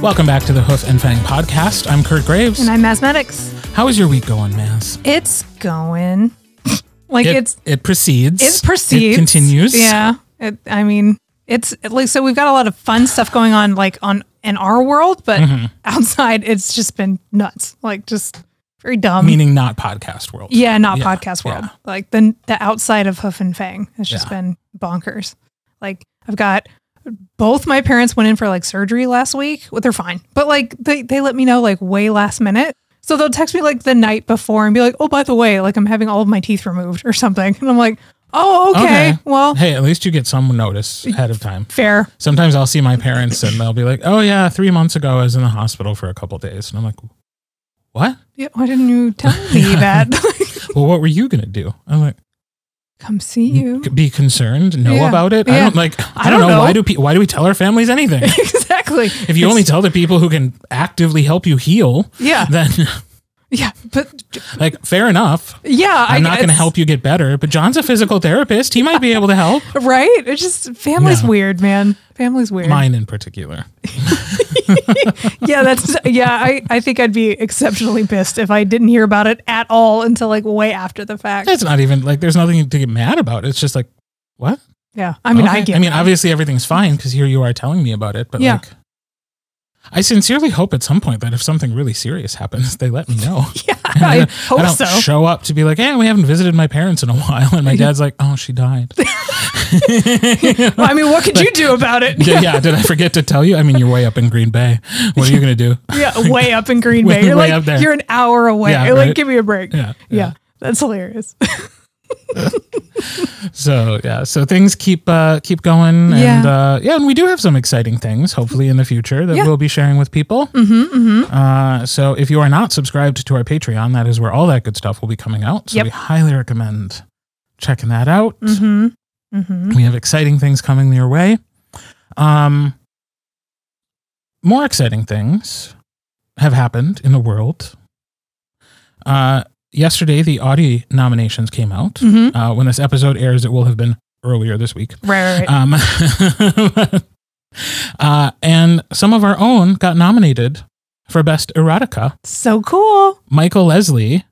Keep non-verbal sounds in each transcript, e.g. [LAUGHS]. Welcome back to the Hoof and Fang podcast. I'm Kurt Graves. And I'm Mathematics. How is your week going, Mass? It's going. [LAUGHS] like it's it proceeds. it proceeds. It continues. Yeah. It, I mean, it's like so we've got a lot of fun stuff going on like on in our world, but Mm-hmm. [LAUGHS] outside it's just been nuts. Like just very dumb. Meaning not podcast world. yeah, not yeah, podcast world. yeah. Like the the outside of Hoof and Fang has just Yeah. been bonkers. Like I've got both my parents went in for like surgery last week. Well, they're fine, but like they they let me know like way last minute. So they'll text me like the night before and be like, "Oh, by the way, like I'm having all of my teeth removed or something," and I'm like, "Oh, okay, Okay. well, Hey, at least you get some notice ahead of time. fair." Sometimes I'll see my parents and they'll be like, "Oh yeah, three months ago I was in the hospital for a couple days," and I'm like, "What? Yeah, why didn't you tell [LAUGHS] me that? [LAUGHS] Well, what were you gonna do?" I'm like, Come see you. "Be concerned, know Yeah, about it." I yeah. don't like. I, don't, know, why do pe- why do we tell our families [LAUGHS] anything? [LAUGHS] exactly. If you It's- only tell the people who can actively help you heal, yeah, then [LAUGHS] yeah, but like fair enough. [LAUGHS] yeah, I'm not going to it's- help you get better, but John's a physical therapist. He might be able to [LAUGHS] help. Right? It's just family's No. weird, man. Family's weird. Mine in particular. [LAUGHS] Yeah, that's yeah, I, I think I'd be exceptionally pissed if I didn't hear about it at all until like way after the fact. That's not even like there's nothing to get mad about. It's just like what? Yeah. I mean I Okay. get I mean, it. obviously everything's fine because here you are telling me about it, but Yeah. like, I sincerely hope at some point that if something really serious happens, they [LAUGHS] let me know. yeah, And I don't- hope I don't so. show up to be like, hey, we haven't visited my parents in a [LAUGHS] while, and [LAUGHS] my dad's like, oh, she died. Well, I mean, what could you do about it? [LAUGHS] yeah, yeah, did I forget to tell you? I mean, you're way up in Green Bay. What are you gonna do? [LAUGHS] [LAUGHS] Yeah, way up in Green Way- Bay. You're way like up there. you're an hour away. Yeah, like right. give me a break. Yeah, Yeah, That's hilarious. [LAUGHS] So yeah, so things keep uh, keep going, and Yeah. uh, yeah, and we do have some exciting things hopefully in the future that Yeah. we'll be sharing with people. Mm-hmm, Uh, so if you are not subscribed to our Patreon, that is where all that good stuff will be coming out. So Yep. we highly recommend checking that out. Mm-hmm. Mm-hmm. We have exciting things coming your way. Um, more exciting things have happened in the world. Uh, yesterday, the Audi nominations came out. Mm-hmm. Uh, when this episode airs, it will have been earlier this week. Right, right, right. Um, [LAUGHS] uh, and some of our own got nominated for Best Erotica. so cool. Michael Leslie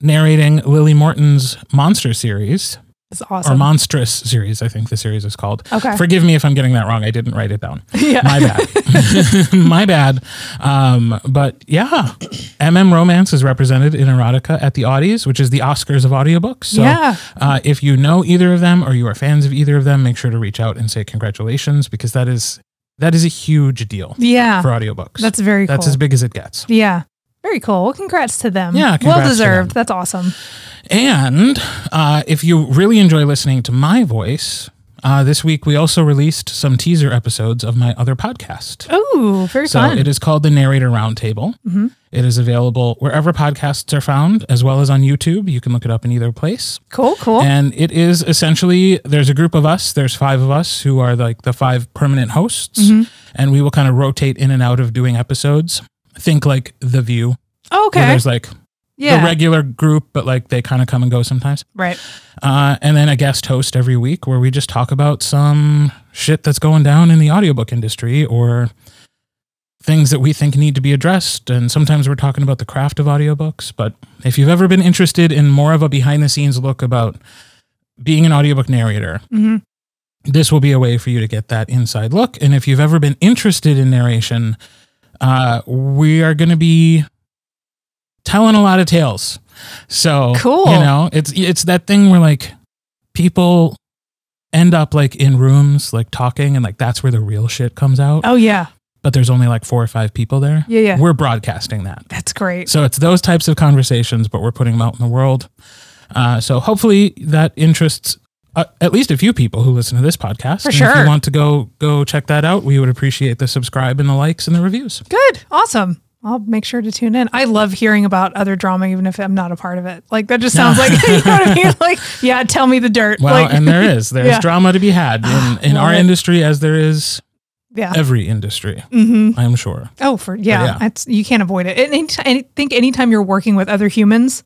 narrating Lily Morton's Monster series, It's or awesome. Monstrous series, I think the series is called. okay. Forgive me if I'm getting that wrong. I didn't write it down. [LAUGHS] yeah. My bad. [LAUGHS] My bad. Um, but yeah, MM Romance is represented in Erotica at the Audis, which is the Oscars of audiobooks. So yeah. uh, if you know either of them or you are fans of either of them, make sure to reach out and say congratulations because that is that is a huge deal Yeah. for audiobooks. That's very that's cool. as big as it gets. Yeah. Very cool. Well, congrats to them. Yeah, Well congrats to deserved. That's awesome. And uh, if you really enjoy listening to my voice, uh, this week we also released some teaser episodes of my other podcast. Oh, very So fun. it is called the Narrator Roundtable. Mhm. It is available wherever podcasts are found, as well as on YouTube. You can look it up in either place. cool, cool. And it is essentially there's a group of us, there's five of us who are like the five permanent hosts, Mm-hmm. and we will kind of rotate in and out of doing episodes. Think like The View, where Oh, okay. there's like Yeah. the regular group, but like they kind of come and go sometimes. right. Uh, and then a guest host every week where we just talk about some shit that's going down in the audiobook industry or things that we think need to be addressed. And sometimes we're talking about the craft of audiobooks. But if you've ever been interested in more of a behind the scenes look about being an audiobook narrator, hmm this will be a way for you to get that inside look. And if you've ever been interested in narration, uh, we are going to be telling a lot of tales. So Cool. You know, it's it's that thing where like people end up like in rooms like talking and like that's where the real shit comes out. Oh yeah. But there's only like four or five people there. Yeah, yeah. We're broadcasting that. That's great. So it's those types of conversations, but we're putting them out in the world. Uh, so hopefully that interests uh, at least a few people who listen to this podcast. For And If you sure. want to go go check that out, we would appreciate the subscribe and the likes and the reviews. Good. Awesome. I'll make sure to tune in. I love hearing about other drama, even if I'm not a part of it. Like that [LAUGHS] just sounds like [LAUGHS] you know what I mean. Like, yeah, tell me the dirt. Well, like, and [LAUGHS] there is there's Yeah. Ah, drama to be had in, in Love our it. industry as there is yeah. every industry. hmm I'm sure. Oh, for yeah, yeah. That's, you can't avoid it. And anytime, I think anytime you're working with other humans,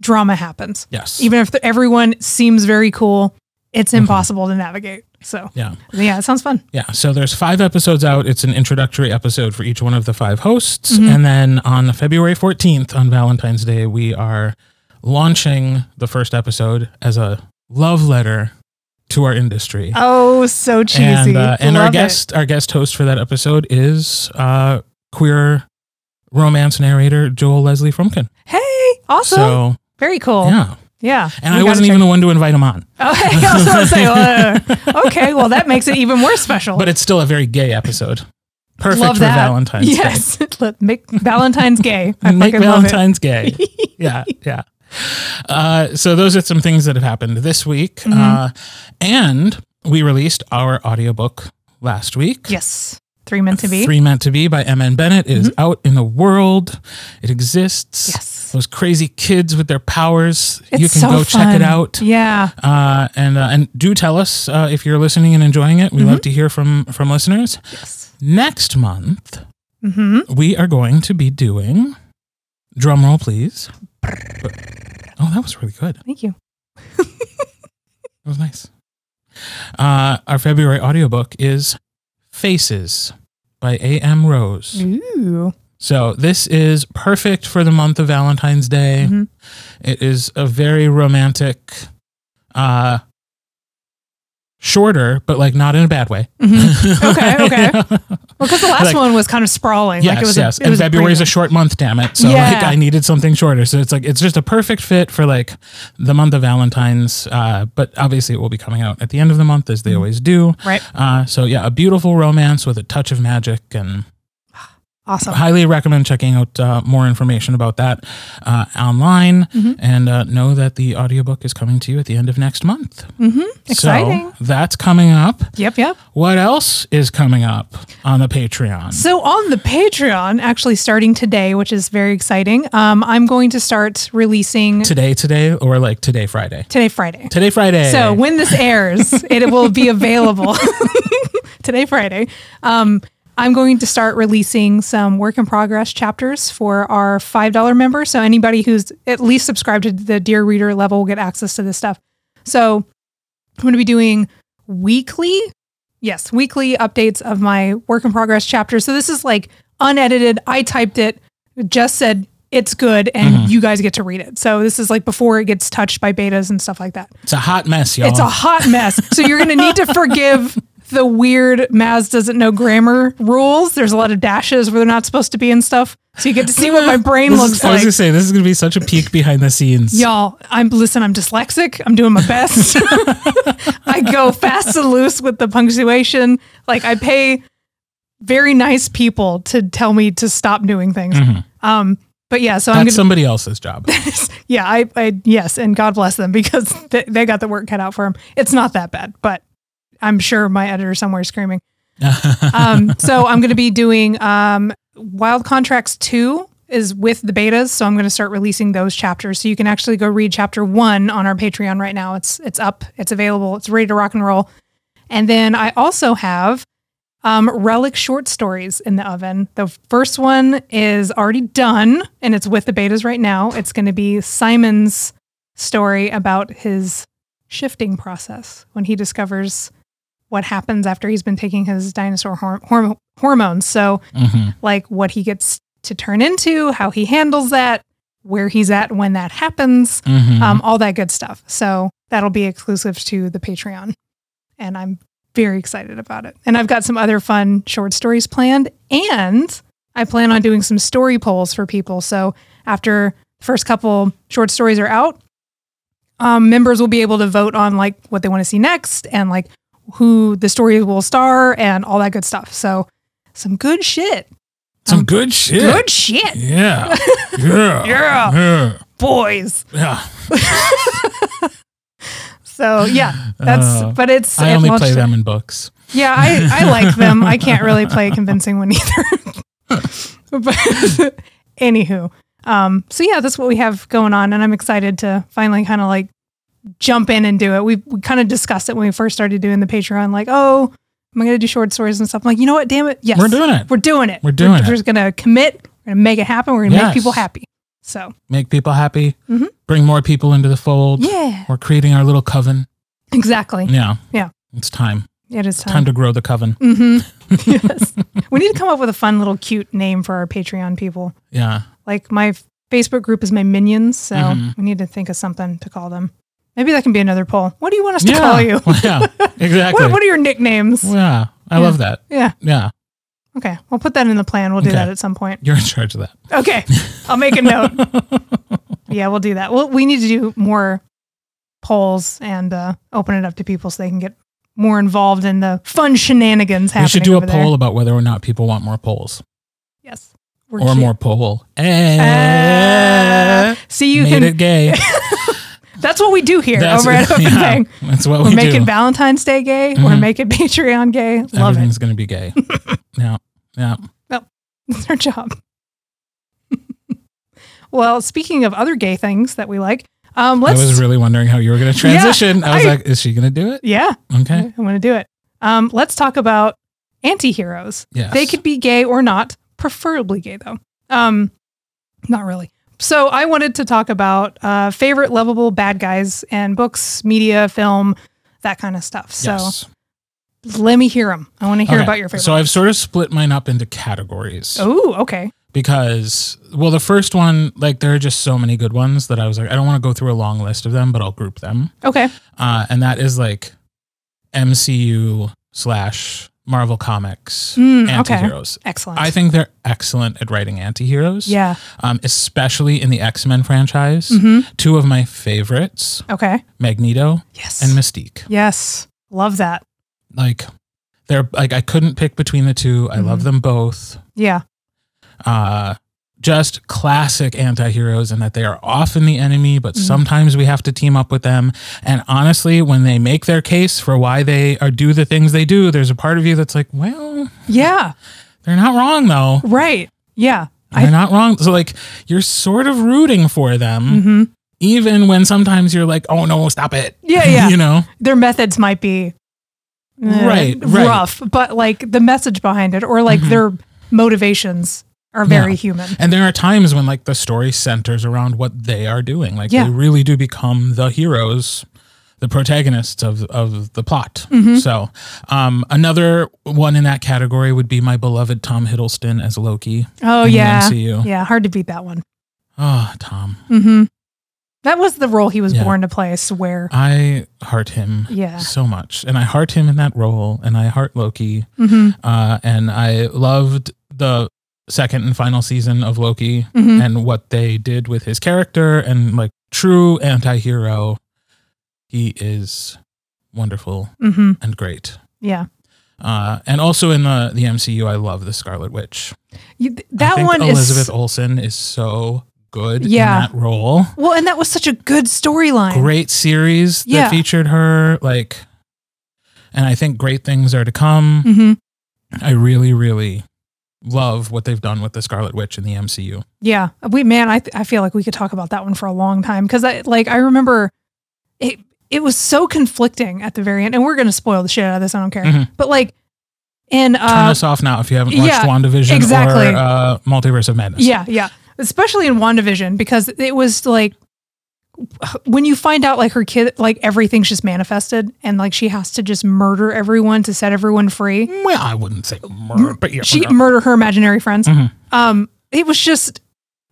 drama happens. Yes. Even if the, everyone seems very cool, it's impossible to navigate. So Yeah. yeah, it sounds fun. Yeah, so there's five episodes out. It's an introductory episode for each one of the five hosts. Mm-hmm. And then on February 14th, on Valentine's Day, we are launching the first episode as a love letter to our industry. Oh, so cheesy. And, uh, and our Love it. guest, our guest host for that episode is uh, queer romance narrator Joel Leslie Frumkin. Hey, awesome. So Very Oh, cool. Yeah. yeah, and I wasn't even the one to invite him on, Oh, [LAUGHS] hey, I [LAUGHS] was gonna say, uh, okay, well, that makes it even more special. but it's still a very gay episode. Perfect love for that. Valentine's Day. yes. [LAUGHS] Let- make Valentine's gay. I make fucking love it. Valentine's [LAUGHS] gay. yeah, yeah. Uh, so those are some things that have happened this week, Mm-hmm. uh, and we released our audiobook last week. Yes. Three meant to be. Mm-hmm. Three Meant to Be by M.N. Bennett. It is out in the world. It exists. Yes. Those crazy kids with their powers. It's you can so go check fun. it out. Yeah. Uh, and uh, and do tell us uh, if you're listening and enjoying it. We Mm-hmm. love to hear from from listeners. Yes. Next month, Mm-hmm. we are going to be doing drum roll please oh that was really good that Thank you. was nice uh, our february audiobook is faces by am Mm-hmm. rose Ooh. so this is perfect for the month of valentine's day Mhm. It is a very romantic uh shorter but like not in a bad way Mm. Okay, okay. [LAUGHS] Yeah. Well, because the last Like- one was kind of sprawling. Yes, like it was yes. A, it and was February is pretty- a short month, damn it. So like Yeah. I needed something shorter. So it's like it's just a perfect fit for like the month of Valentine's. Uh, but obviously it will be coming out at the end of the month as they always do. Mm-hmm. Right. Uh, so yeah, a beautiful romance with a touch of magic and awesome. highly recommend checking out uh, more information about that uh, online Mhm. and uh, know that the audiobook is coming to you at the end of next month. Mm-hmm. Exciting. So that's coming up. [LAUGHS] Yep, yep. What else is coming up on the Patreon? So on the Patreon, actually starting today, which is very exciting, um, I'm going to start releasing Today, today, or like today, Friday? today, Friday. Today, Friday. So when this airs, it will be available [LAUGHS] today, Friday. Um, I'm going to start releasing some work in progress chapters for our $5 member. So anybody who's at least subscribed to the Dear Reader level will get access to this stuff. So I'm going to be doing weekly, yes, weekly updates of my work in progress chapter. So this is like unedited. I typed it, just said it's good, and you guys get to read it. So this is like before it gets touched by betas and stuff like that. It's a hot mess, y'all. It's a hot mess. So you're going to need to forgive the weird Maz doesn't know grammar rules. There's a lot of dashes where they're not supposed to be and stuff. So you get to see what my brain This looks is- I was like. gonna say this is gonna be such a peek behind the scenes. Y'all, I'm listen, I'm dyslexic. I'm doing my best. [LAUGHS] I go fast and loose with the punctuation. Like I pay very nice people to tell me to stop doing things. Um but yeah, so Mm-hmm. That's I'm gonna somebody else's [LAUGHS] job. yeah, I, I yes, and God bless them because [LAUGHS] they, they got the work cut out for them. It's not that bad, but I'm sure my editor somewhere is screaming. um, so I'm going to be doing um, Wild Contracts two is with the betas, so I'm going to start releasing those chapters. So you can actually go read chapter one on our Patreon right now. It's it's up, it's available, it's ready to rock and roll. And then I also have um, relic short stories in the oven. The first one is already done and it's with the betas right now. It's going to be Simon's story about his shifting process when he discovers what happens after he's been taking his dinosaur horm- horm- hormones. So, Mhm. like what he gets to turn into, how he handles that, where he's at when that happens, Mhm. um, all that good stuff. So that'll be exclusive to the Patreon. And I'm very excited about it. And I've got some other fun short stories planned. And I plan on doing some story polls for people. So after the first couple short stories are out, um, members will be able to vote on like what they want to see next and like who the story will star and all that good stuff. So some good shit. Some good shit. Good shit, [LAUGHS] Yeah. Yeah. Yeah. Yeah. boys. Yeah. So yeah, that's Uh, but it's I it only launched play it. them in books. Yeah, I, [LAUGHS] I like them. I can't really play a convincing one either. [LAUGHS] but anywho, um, so yeah, that's what we have going on, and I'm excited to finally kind of like jump in and do it. We we kind of discussed it when we first started doing the Patreon, like, oh, am I going to do short stories and stuff? I'm like, you know what? Damn it, yes, We're doing it. We're doing it. We're doing we're it. just going to commit. We're going to make it happen. We're going to Yes. make people happy. So Make people happy. Mhm. Bring more people into the fold. yeah, We're creating our little coven. Exactly. Yeah. Yeah. Um, It's time. It is It's Mm-hmm. time time. to grow the coven. hmm [LAUGHS] [LAUGHS] yes. We need to come up with a fun little cute name for our Patreon people. Yeah. Like my f- Facebook group is my minions, so Mhm. we need to think of something to call them. Maybe that can be another poll. What do you want us to call you? [LAUGHS] yeah. Exactly. [LAUGHS] What, what are your nicknames? yeah. I Yeah. love that. Yeah. Yeah. Okay. We'll put that in the plan. We'll do Okay. that at some point. You're in charge of that. [LAUGHS] Okay. I'll make a note. yeah, we'll do that. Well, we need to do more polls and uh, open it up to people so they can get more involved in the fun shenanigans happening. we should do a over there. poll about whether or not people want more polls Yes. We're or cute. more poll. Ah, Eh, see, you made can. it gay. That's what we do [LAUGHS] here over at Open [LAUGHS] yeah, Bang. That's what We're we making do. Valentine's Day gay. We're Mhm. making [LAUGHS] Patreon gay. Love it. Everything's going to be [LAUGHS] gay. yeah. Yeah. It's our job. [LAUGHS] well, speaking of other gay things that we like, um, let's. I was really wondering how you were going to transition. I was I- like, is she going to do it? yeah, Okay. I'm going to do it. Um, let's talk about anti heroes. Yes. They could be gay or not, preferably gay though. Um, not really. So I wanted to talk about uh, favorite lovable bad guys and books, media, film, that kind of stuff. So Yes. let me hear them. I want to hear Okay. about your favorite. So I've sort of split mine up into categories. oh, okay. because well the first one like there are just so many good ones that i was like i don't want to go through a long list of them but i'll group them Okay. uh, and that is like mcu slash marvel comics Mm, okay. anti-heroes Excellent. i think they're excellent at writing anti-heroes yeah. um, especially in the x-men franchise hmm two of my favorites Okay. magneto Yes. and mystique yes. Love that. like they're like i couldn't pick between the 2 i love Mhm. them both Yeah. uh, just classic anti-heroes and that they are often the enemy but Mhm. sometimes we have to team up with them and honestly when they make their case for why they are do the things they do there's a part of you that's like well Yeah. they're not wrong though Right. Yeah. they're not wrong so like you're sort of rooting for them hmm even when sometimes you're like oh no stop it Yeah. Yeah. [LAUGHS] you know their methods might be uh, Right, right. rough, but like the message behind it or like Mhm. their motivations are very Yeah. human. and there are times when like the story centers around what they are doing like Yeah. they really do become the heroes the protagonists of of the plot Mhm. so um another one in that category would be my beloved tom hiddleston as loki Oh in yeah. the mcu Yeah, hard to beat that one. oh tom Mhm. That was the role he was Yeah. Uh, born to play, I swear. i heart him Yeah. so much and i heart him in that role and i heart loki Mhm. uh and i loved the second and final season of loki Mhm. and what they did with his character and like true anti-hero he is wonderful Mhm. and great Yeah. uh, and also in the, the MCU, I love the Scarlet Witch. You, th- I that think one Elizabeth is Olsen is so good Yeah. in that role. Well, and that was such a good storyline. Great series that Yeah. featured her, like, and I think great things are to come. Mhm. I really, really love what they've done with the Scarlet Witch in the MCU. Yeah. We man, I th- I feel like we could talk about that one for a long time cuz I like I remember it it was so conflicting at the very end and we're going to spoil the shit out of this, I don't care. Mhm. But like in Turn uh us off now if you haven't watched yeah, WandaVision exactly. or uh, Multiverse of Madness. yeah, yeah. Especially in WandaVision because it was like when you find out like her kid like everything's just manifested and like she has to just murder everyone to set everyone free. Well, I wouldn't say murder, but yeah, She no. murder her imaginary friends. Mhm. Um it was just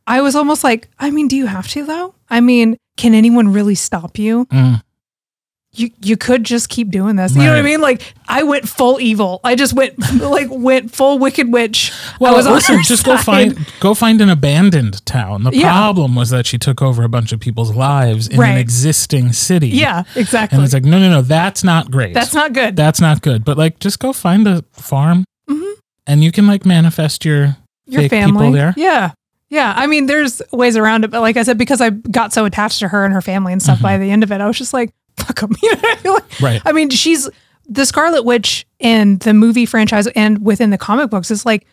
I was almost like, I mean, do you have to though? I mean, can anyone really stop you? Mm. you you could just keep doing this. You know what I Right. mean? Like I went full evil. I just went [LAUGHS] like went full wicked witch. Well, I was on listen, her just go side. find go find an abandoned town. The Yeah. problem was that she took over a bunch of people's lives in Right. an existing city. [LAUGHS] Yeah, exactly. and it's like, no, no, no, that's not great. That's not good. that's not good. But like, just go find a farm, Mhm. and you can like manifest your Your fake family. people there. Yeah. Yeah. I mean, there's ways around it, but like I said, because I got so attached to her and her family and stuff Mm-hmm. by the end of it, I was just like, fuck them. [LAUGHS] You know what I mean? Like, right. I mean, she's the Scarlet Witch in the movie franchise and within the comic books is like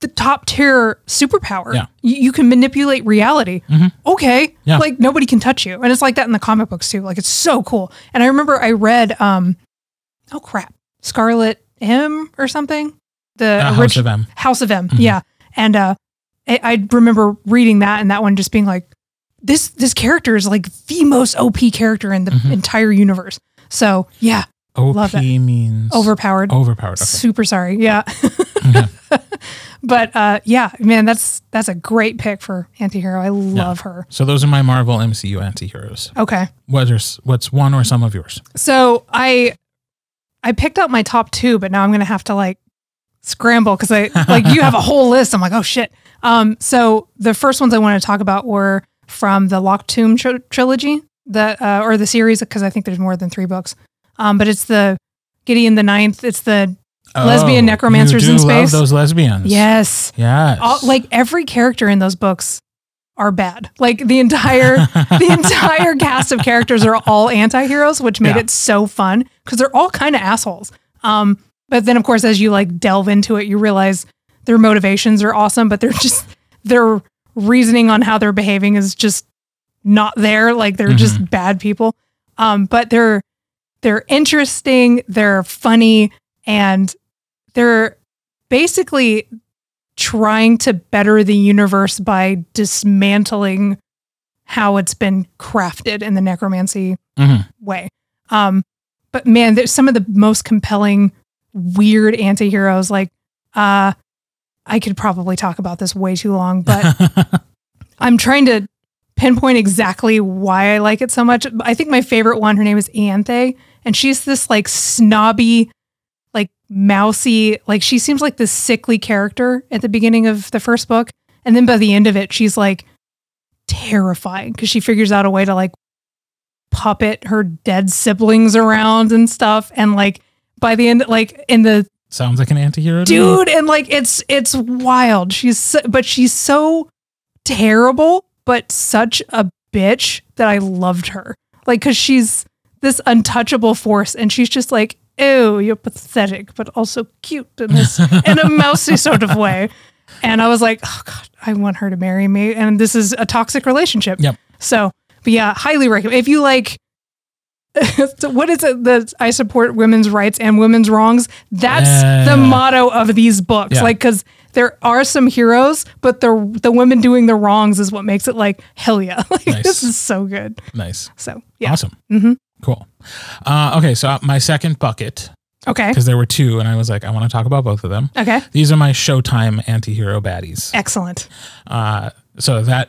the top tier superpower. Yeah. You, you can manipulate reality. Mhm. Okay. Yeah. Like nobody can touch you. And it's like that in the comic books too. Like it's so cool. And I remember I read, um, oh crap, Scarlet M or something. The Uh, House original. of M. House of M. Mhm. Yeah. And uh, I, I remember reading that and that one just being like, this this character is like the most OP character in the Mhm. entire universe. So yeah, OP Love it. means overpowered. overpowered. Oh, Okay. Super sorry. Yeah. [LAUGHS] Yeah. But uh, yeah, man, that's that's a great pick for antihero. I love her. So those are my Marvel MCU antiheroes. Okay. Whether s- what's one or some of yours? So I I picked out my top two, but now I'm gonna have to like scramble because I like you have a whole list. I'm like, oh shit. Um, so the first ones I want to talk about were from the Locked Tomb tr- trilogy, the uh, or the series because I think there's more than three books. Um, but it's the Gideon the Ninth. It's the Lesbian Oh, you necromancers do in love space? those lesbians. yes, Yes. All, like every character in those books are bad. Like the [LAUGHS] entire the entire cast of characters are all anti-heroes, which made Yeah. it so fun because they're all kind of assholes. Um, but then of course, as you like delve into it, you realize their motivations are awesome, but they're [LAUGHS] just their reasoning on how they're behaving is just not there. Like they're just bad people. Um, but they're they're interesting, they're funny, and they're basically trying to better the universe by dismantling how it's been crafted in the necromancy Mhm. way. Um, but man, there's some of the most compelling, weird antiheroes. Like, uh, I could probably talk about this way too long, but I'm trying to pinpoint exactly why I like it so much. I think my favorite one, her name is Anthe, and she's this like snobby, like mousy, like she seems like this sickly character at the beginning of the first book. And then by the end of it, she's like terrifying because she figures out a way to like puppet her dead siblings around and stuff. And like by the end, like in the [LAUGHS] Sounds like an antihero. to me. dude and like it's it's wild she's so, but she's so terrible but such a bitch that i loved her like because she's this untouchable force and she's just like oh you're pathetic but also cute in [LAUGHS] this in a mousy sort of way and i was like oh god i want her to marry me and this is a toxic relationship Yep. so but yeah highly recommend if you like [LAUGHS] so what is it that I support women's rights and women's wrongs? That's the Yeah. motto of these books. Yeah. Like, because there are some heroes, but the the women doing the wrongs is what makes it like hell yeah. [LAUGHS] Like Nice. this is so good. Nice. So yeah. Awesome. Mhm. Cool. Uh, okay, so my second bucket Okay. because there were two, and I was like, I want to talk about both of them. Okay. These are my Showtime antihero baddies. Excellent. Uh, so that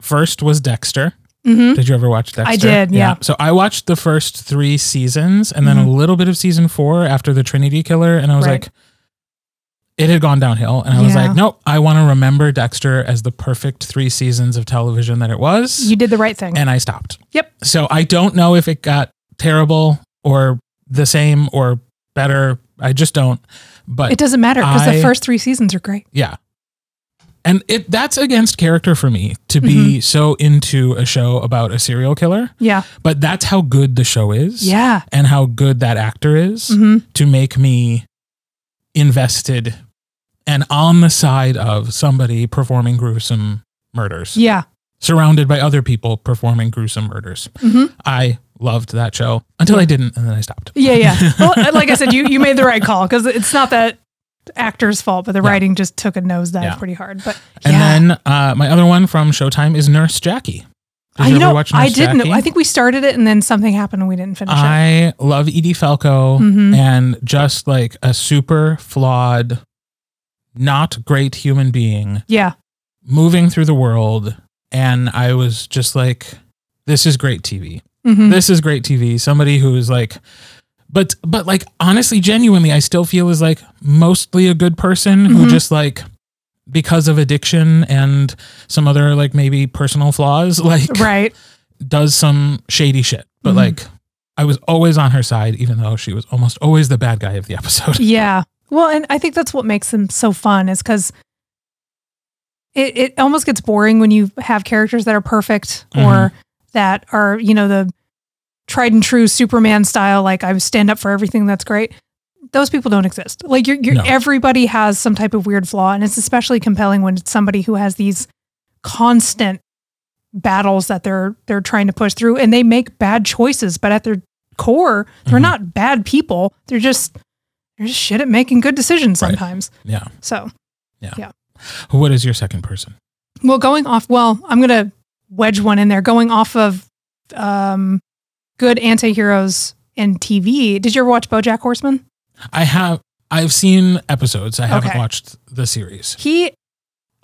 first was Dexter. hmm Did you ever watch Dexter? I did, yeah. So I watched the first three seasons and then a Mhm. little bit of season four after the Trinity Killer. And I was Right. like, it had gone downhill. And I was Yeah. like, nope, I want to remember Dexter as the perfect three seasons of television that it was. You did the right thing. and I stopped. Yep. So I don't know if it got terrible or the same or better. I just don't. But it doesn't matter because I- the first three seasons are great. yeah. And it that's against character for me to Mm-hmm. be so into a show about a serial killer, Yeah. but that's how good the show is Yeah. and how good that actor is hmm to make me invested and on the side of somebody performing gruesome murders, Yeah. surrounded by other people performing gruesome murders. hmm I loved that show until I didn't, and then I stopped. Yeah. [LAUGHS] Yeah. well, uh, like I said, you you made the right call because it's not that actor's fault, but the Yeah. writing just took a nosedive Yeah. pretty hard. But And yeah. then uh, my other one from Showtime is Nurse Jackie. Did I you, ever know. watch Nurse I didn't. Jackie? I think we started it and then something happened and we didn't finish it. I love Edie Falco Mhm. and just like a super flawed, not great human being Yeah. moving through the world. And I was just like, this is great TV. hmm This is great TV. Somebody who is like, but, but like, honestly, genuinely, I still feel is like mostly a good person who Mhm. just like, because of addiction and some other like maybe personal flaws, [LAUGHS] like, Right. does some shady shit, but Mhm. like I was always on her side, even though she was almost always the bad guy of the [LAUGHS] episode. [LAUGHS] Yeah. Well, and I think that's what makes them so fun is because it, it almost gets boring when you have characters that are perfect or that are, you know, the tried and true Superman style, like I stand up for everything that's great. Those people don't exist. Like you're, you're No. everybody has some type of weird flaw, and it's especially compelling when it's somebody who has these constant battles that they're they're trying to push through, and they make bad choices. But at their core, they're Mhm. not bad people. They're just they're just shit at making good decisions Right. sometimes. Yeah. So What is your second person? well, going off, well, I'm going to wedge one in there. Going off of um, good anti heroes and TV. Did you ever watch BoJack Horseman? I have I've seen episodes. I haven't Okay. watched the series. He,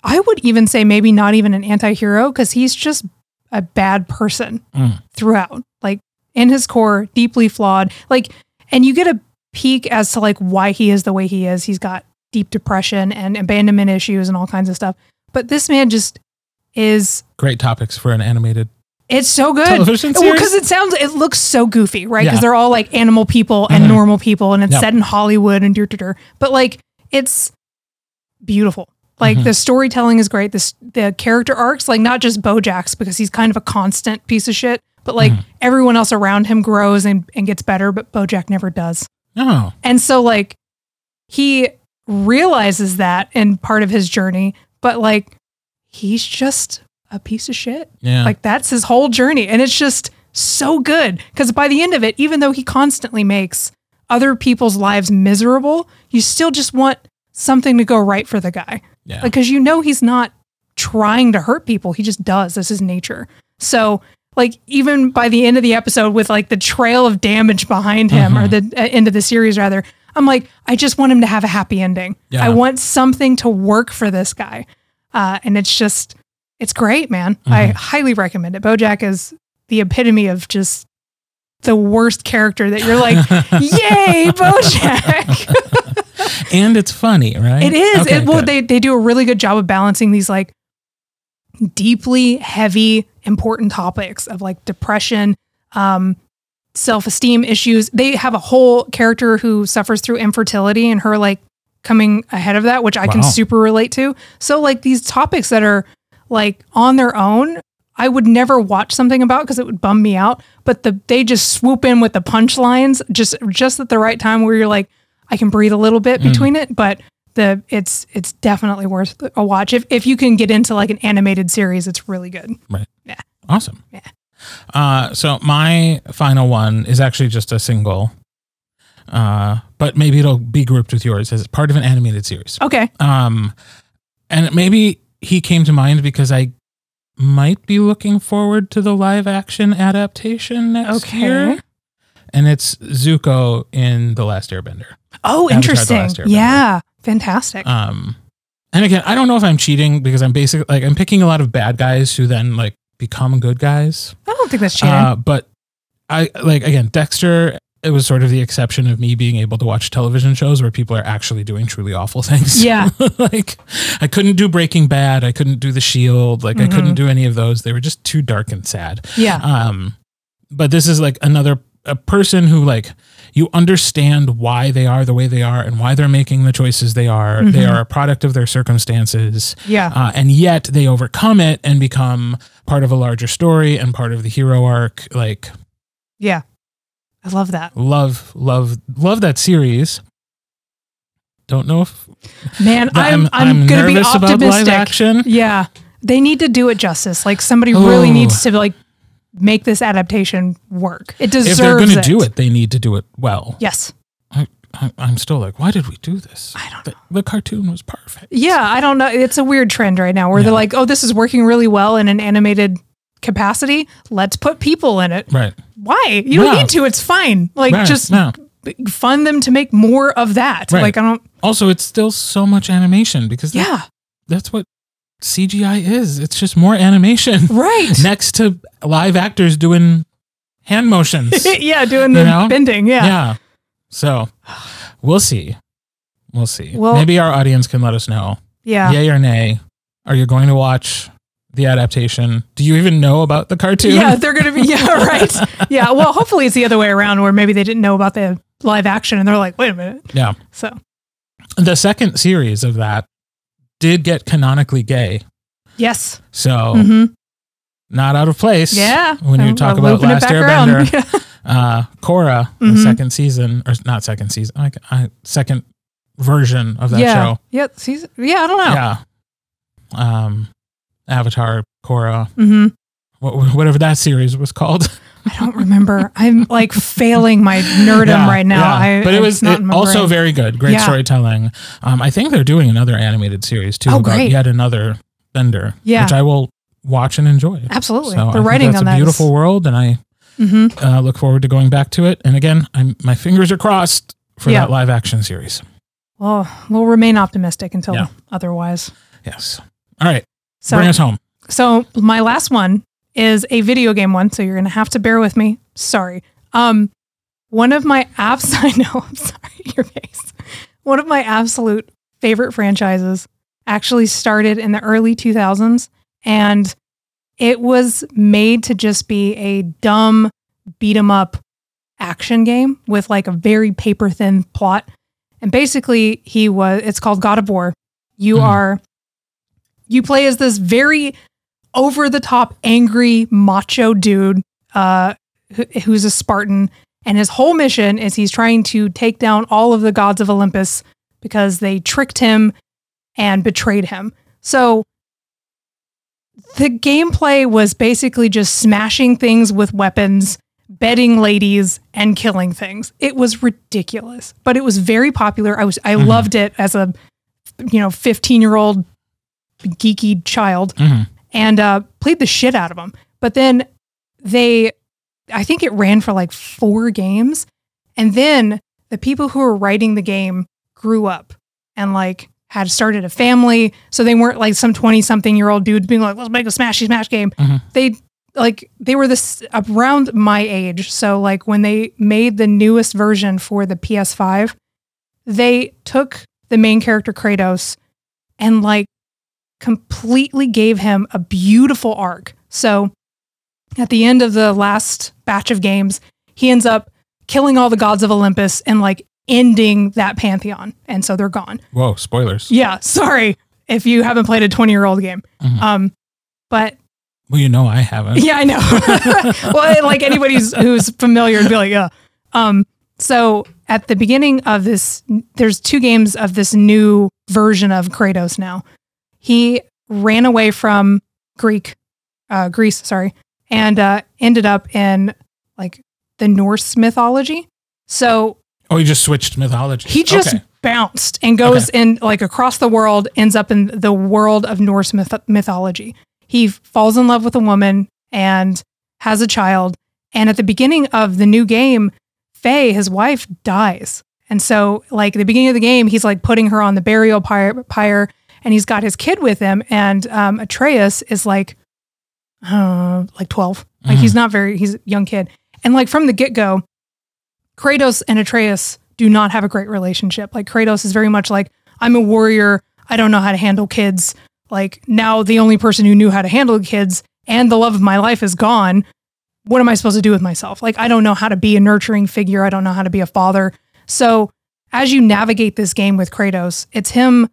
I would even say maybe not even an anti-hero because he's just a bad person Mm. throughout. Like in his core, deeply flawed. Like, and you get a peek as to like why he is the way he is. He's got deep depression and abandonment issues and all kinds of stuff. But this man just is. Great topics for an animated It's so good. television Well, series. because it sounds, it looks so goofy, right? Because Yeah. they're all like animal people and Mhm. normal people, and it's Yep. set in Hollywood and dir-dir-dir. But like, it's beautiful. Like Mhm. the storytelling is great. This the character arcs, like not just Bojack's because he's kind of a constant piece of shit, but like Mhm. everyone else around him grows and, and gets better, but Bojack never does. oh, And so like he realizes that in part of his journey, but like he's just a piece of shit. yeah. Like that's his whole journey. And it's just so good. Cause by the end of it, even though he constantly makes other people's lives miserable, you still just want something to go right for the guy. yeah. Like, cause you know he's not trying to hurt people. He just does. This is nature. So like even by the end of the episode with like the trail of damage behind him or Uh-huh. the uh, end of the series rather, I'm like, I just want him to have a happy ending. Yeah. I want something to work for this guy. Uh, and it's just, it's great, man. I highly recommend it. Bojack is the epitome of just the worst character that [LAUGHS] you're like, yay, Bojack. and it's funny, right? It is. Okay, it, well, good. they, they do a really good job of balancing these like deeply heavy, important topics of like depression, um, self esteem issues. They have a whole character who suffers through infertility and her like coming ahead of that, which I can Wow. super relate to. So, like these topics that are like on their own. I would never watch something about because it would bum me out. But the they just swoop in with the punchlines just just at the right time where you're like, I can breathe a little bit Mm-hmm. between it. But the it's it's definitely worth a watch if if you can get into like an animated series. It's really good. Awesome. Yeah. Uh, so my final one is actually just a single, uh, but maybe it'll be grouped with yours as part of an animated series. Okay, Um, and maybe he came to mind because I might be looking forward to the live action adaptation next Okay. year. And it's Zuko in The Last Airbender. Oh, Avatar: The interesting. Last Airbender. Yeah, fantastic. Um, and again, I don't know if I'm cheating because I'm basically like I'm picking a lot of bad guys who then like become good guys. I don't think that's cheating. Uh, but I like again, Dexter. It was sort of the exception of me being able to watch television shows where people are actually doing truly awful [LAUGHS] things. Yeah. like I couldn't do Breaking Bad. I couldn't do The Shield. Like I Mm-hmm. couldn't do any of those. They were just too dark and sad. yeah, Um, but this is like another a person who like you understand why they are the way they are and why they're making the choices they are. They Mhm. are a product of their circumstances yeah, uh, and yet they overcome it and become part of a larger story and part of the hero arc like yeah. I love that, love love love that series don't know if man. I'm I'm, gonna be live optimistic. action Yeah, they need to do it justice. Like somebody Oh. really needs to like make this adaptation work. It deserves if they're going to it. do it they need to do it well Yes, I, i'm still like why did we do this I don't. the, the cartoon was perfect Yeah, I don't know. It's a weird trend right now where Yeah. they're like, "Oh, this is working really well in an animated capacity. Let's put people in it." right Why? You don't Yeah. need to. It's fine. Like right, just no. fund them to make more of that. Right. Like I don't. also it's still so much animation because that- Yeah. that's what cgi is it's just more animation [LAUGHS] Right. next to live actors doing hand motions. [LAUGHS] yeah, doing the You know? bending. Yeah. So we'll see. We'll see. Well- Maybe our audience can let us know. Yeah. Yay or nay. Are you going to watch the adaptation? Do you even know about the cartoon? Yeah, they're gonna be yeah, right. Yeah. Well, hopefully it's the other way around where maybe they didn't know about the live action and they're like, wait a minute. [LAUGHS] Yeah. So The second series of that did get canonically gay. yes. So Mm-hmm. not out of place. Yeah. When you I'm- talk I'm about looping it Last back around. Airbender, Yeah. uh, Korra, the Mhm. second season, or not second season, like I, second version of that yeah. Oh. show. Yeah. Season, yeah. I don't know. Yeah. Um, Avatar, Korra, Mm-hmm. wh- whatever that series was [LAUGHS] called. I don't remember. I'm like failing my nerdum Yeah, right now. yeah. I, but it it's was not it- in my also brain. very good. Great Yeah. storytelling. Um, I think they're doing another animated series too Oh, about great. yet another bender, Yeah. which I will watch and enjoy. absolutely So I the think writing that's on a that. is- beautiful world, and I hmm Uh, look forward to going back to it. And again, I'm my fingers are crossed for Yeah. that live action series. Well, we'll remain optimistic until Yeah. otherwise. Yes. All right, So bring us home. So my last one is a video game one, so you're gonna have to bear with me. Sorry. Um, one of my abs. [LAUGHS] I know. I'm sorry. Your face. One of my absolute favorite franchises actually started in the early 2000s, and it was made to just be a dumb beat 'em up action game with like a very paper thin plot. And basically, he was. It's called God of War. You Mhm. are. You play as this very over the top, angry, macho dude uh, who- who's a Spartan. And his whole mission is he's trying to take down all of the gods of Olympus because they tricked him and betrayed him. So the gameplay was basically just smashing things with weapons, betting ladies, and killing things. It was ridiculous, but it was very popular. I was I Mhm. loved it as a you know 15 year old geeky child Mhm. and uh, played the shit out of them. But then they, I think it ran for like four games. And then the people who were writing the game grew up and like had started a family. So they weren't like some 20 something year old dude being like, let's make a smashy smash game. Mhm. They like, they were this around my age. So like when they made the newest version for the PS5, they took the main character Kratos and like completely gave him a beautiful arc. So at the end of the last batch of games, he ends up killing all the gods of Olympus and like ending that pantheon. And so they're gone. Whoa, spoilers. Yeah, sorry if you haven't played a 20 year old game. Mhm. Um, but Well, you know I haven't. yeah, I know. [LAUGHS] well, like anybody who's- who's familiar would be like, yeah. Um, so at the beginning of this, there's two games of this new version of Kratos now. He ran away from Greek, uh, Greece, sorry, and uh, ended up in like the Norse mythology. So Oh, you just switched mythology. he just Okay. bounced and goes in like across the world, ends up in the world of Norse myth- mythology. He f- falls in love with a woman and has a child. And at the beginning of the new game, Faye, his wife, dies. And so, like the beginning of the game, he's like putting her on the burial pyre, pyre and he's got his kid with him. And um, Atreus is like, uh, like 12. Like he's not very, he's a young kid. And like from the get go, Kratos and Atreus do not have a great relationship. Like Kratos is very much like, I'm a warrior. I don't know how to handle kids. Like now the only person who knew how to handle kids and the love of my life is gone. What am I supposed to do with myself? Like I don't know how to be a nurturing figure. I don't know how to be a father. So as you navigate this game with Kratos, it's him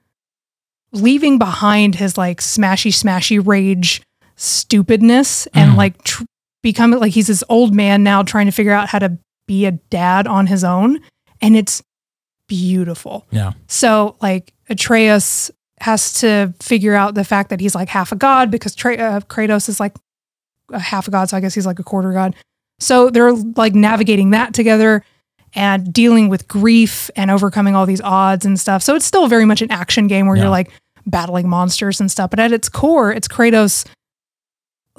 leaving behind his like smashy smashy rage stupidness and Mhm. like tr- become like he's this old man now trying to figure out how to be a dad on his own and it's beautiful. Yeah. So like Atreus has to figure out the fact that he's like half a god because Tra- uh, Kratos is like a half a god, so I guess he's like a quarter god. So they're like navigating that together and dealing with grief and overcoming all these odds and stuff. So it's still very much an action game where Yeah. you're like battling monsters and stuff, but at its core, it's Kratos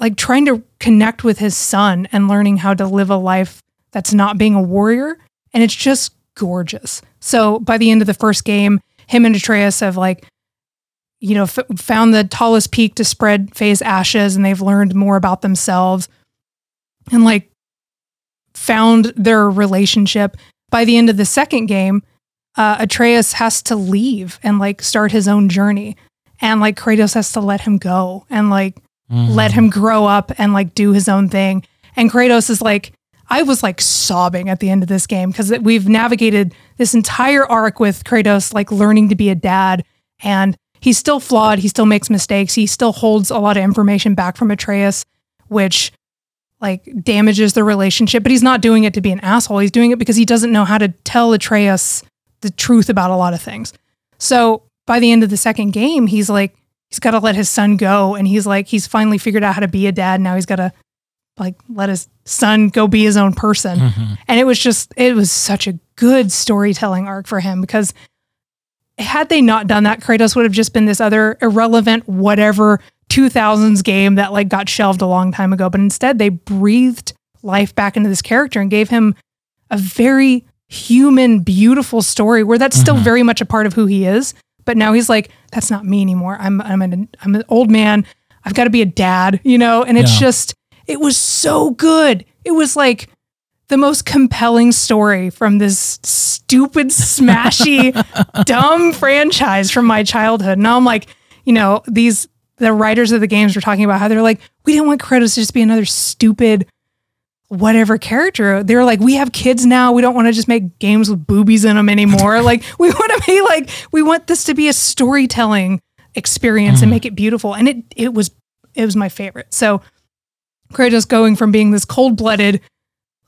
like trying to connect with his son and learning how to live a life that's not being a warrior. And it's just gorgeous. So by the end of the first game, him and Atreus have like, you know, f- found the tallest peak to spread Faye's ashes and they've learned more about themselves and like found their relationship. By the end of the second game, uh, Atreus has to leave and like start his own journey. And like Kratos has to let him go and like Mhm. let him grow up and like do his own thing. And Kratos is like, I was like sobbing at the end of this game because we've navigated this entire arc with Kratos, like learning to be a dad. And he's still flawed. He still makes mistakes. He still holds a lot of information back from Atreus, which like damages the relationship. But he's not doing it to be an asshole. He's doing it because he doesn't know how to tell Atreus the truth about a lot of things. So by the end of the second game, he's like, he's got to let his son go and he's like he's finally figured out how to be a dad now he's got to like let his son go be his own person Mhm. and it was just it was such a good storytelling arc for him because had they not done that kratos would have just been this other irrelevant whatever 2000s game that like got shelved a long time ago but instead they breathed life back into this character and gave him a very human, beautiful story where that's still Mhm. very much a part of who he is. But now he's like, that's not me anymore. I'm I'm an I'm an old man. I've got to be a dad, you know. And it's Yeah. just it was so good. It was like the most compelling story from this stupid, smashy, dumb franchise from my childhood. Now I'm like, you know, these the writers of the games were talking about how they're like, we didn't want Kratos to just be another stupid whatever character. They were like, we have kids now. We don't want to just make games with boobies in them anymore. like we want to be like, we want this to be a storytelling experience and make it beautiful. And it it was it was my favorite. So Kratos going from being this cold blooded,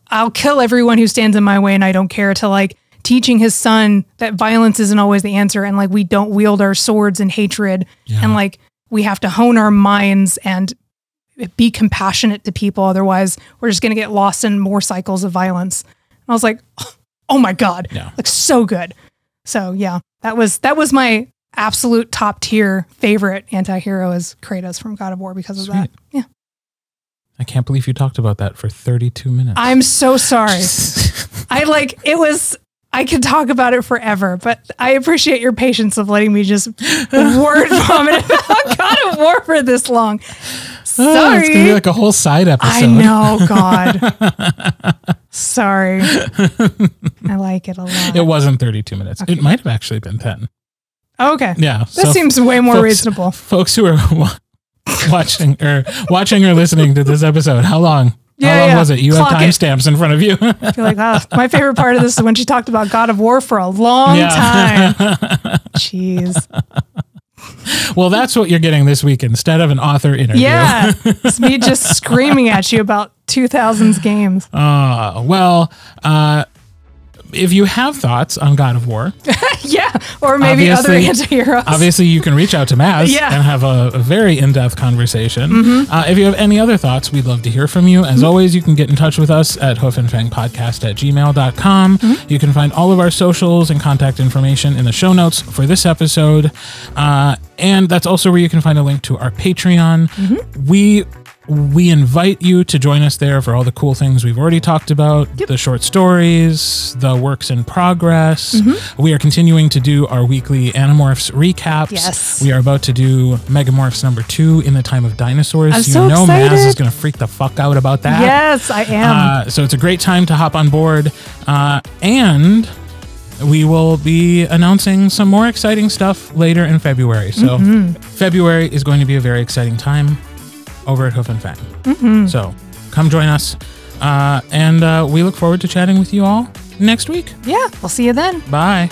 I'll kill everyone who stands in my way and I don't care to like teaching his son that violence isn't always the answer and like we don't wield our swords in hatred Yeah. and like we have to hone our minds and be compassionate to people otherwise we're just going to get lost in more cycles of violence and i was like [LAUGHS] oh my god Yeah. like so good so yeah that was that was my absolute top tier favorite anti-hero is kratos from god of war because of that Sweet. yeah I can't believe you talked about that for 32 minutes. i'm [LAUGHS] so sorry I like it was I could talk about it forever, but I appreciate your patience of letting [LAUGHS] me just word vomit about God of War for this long. Oh, Sorry. it's gonna be like a whole side episode. I know, God. [LAUGHS] Sorry. I like it a lot. It wasn't 32 minutes. It might have actually been 10. okay. Yeah. That seems way more folks- reasonable. folks who are wa- [LAUGHS] watching or watching or listening to this episode, how long? Yeah, how long yeah. was it? You Clock have it. timestamps in front of you. [LAUGHS] I feel like, ah, my favorite part of this is when she talked about God of War for a long [LAUGHS] time. Jeez. well, that's what you're getting this week instead of an author interview. Yeah. It's me just screaming at you about 2000s games. Uh, well, uh, if you have thoughts on God of War, yeah. Or maybe Obviously- other anti heroes. obviously you can reach out to Maz Yeah. and have a, a very in-depth conversation. Uh, if you have any other thoughts, we'd love to hear from you. As always, you can get in touch with us at hoofandfangpodcast at gmail.com. You can find all of our socials and contact information in the show notes for this episode. Uh, and that's also where you can find a link to our Patreon. We we invite you to join us there for all the cool things we've already talked about the short stories, the works in progress. We are continuing to do our weekly Animorphs recaps. Yes. We are about to do Megamorphs number two in the time of dinosaurs. I'm you so know, Maz is excited. going to freak the fuck out about that. Yes, I am. Uh, so it's a great time to hop on board. Uh, and we will be announcing some more exciting stuff later in February. So Mm-hmm. February is going to be a very exciting time over at Hoof and Fang. Mm-hmm. So come join us. Uh, and uh, we look forward to chatting with you all next week. yeah, we'll see you then. Bye.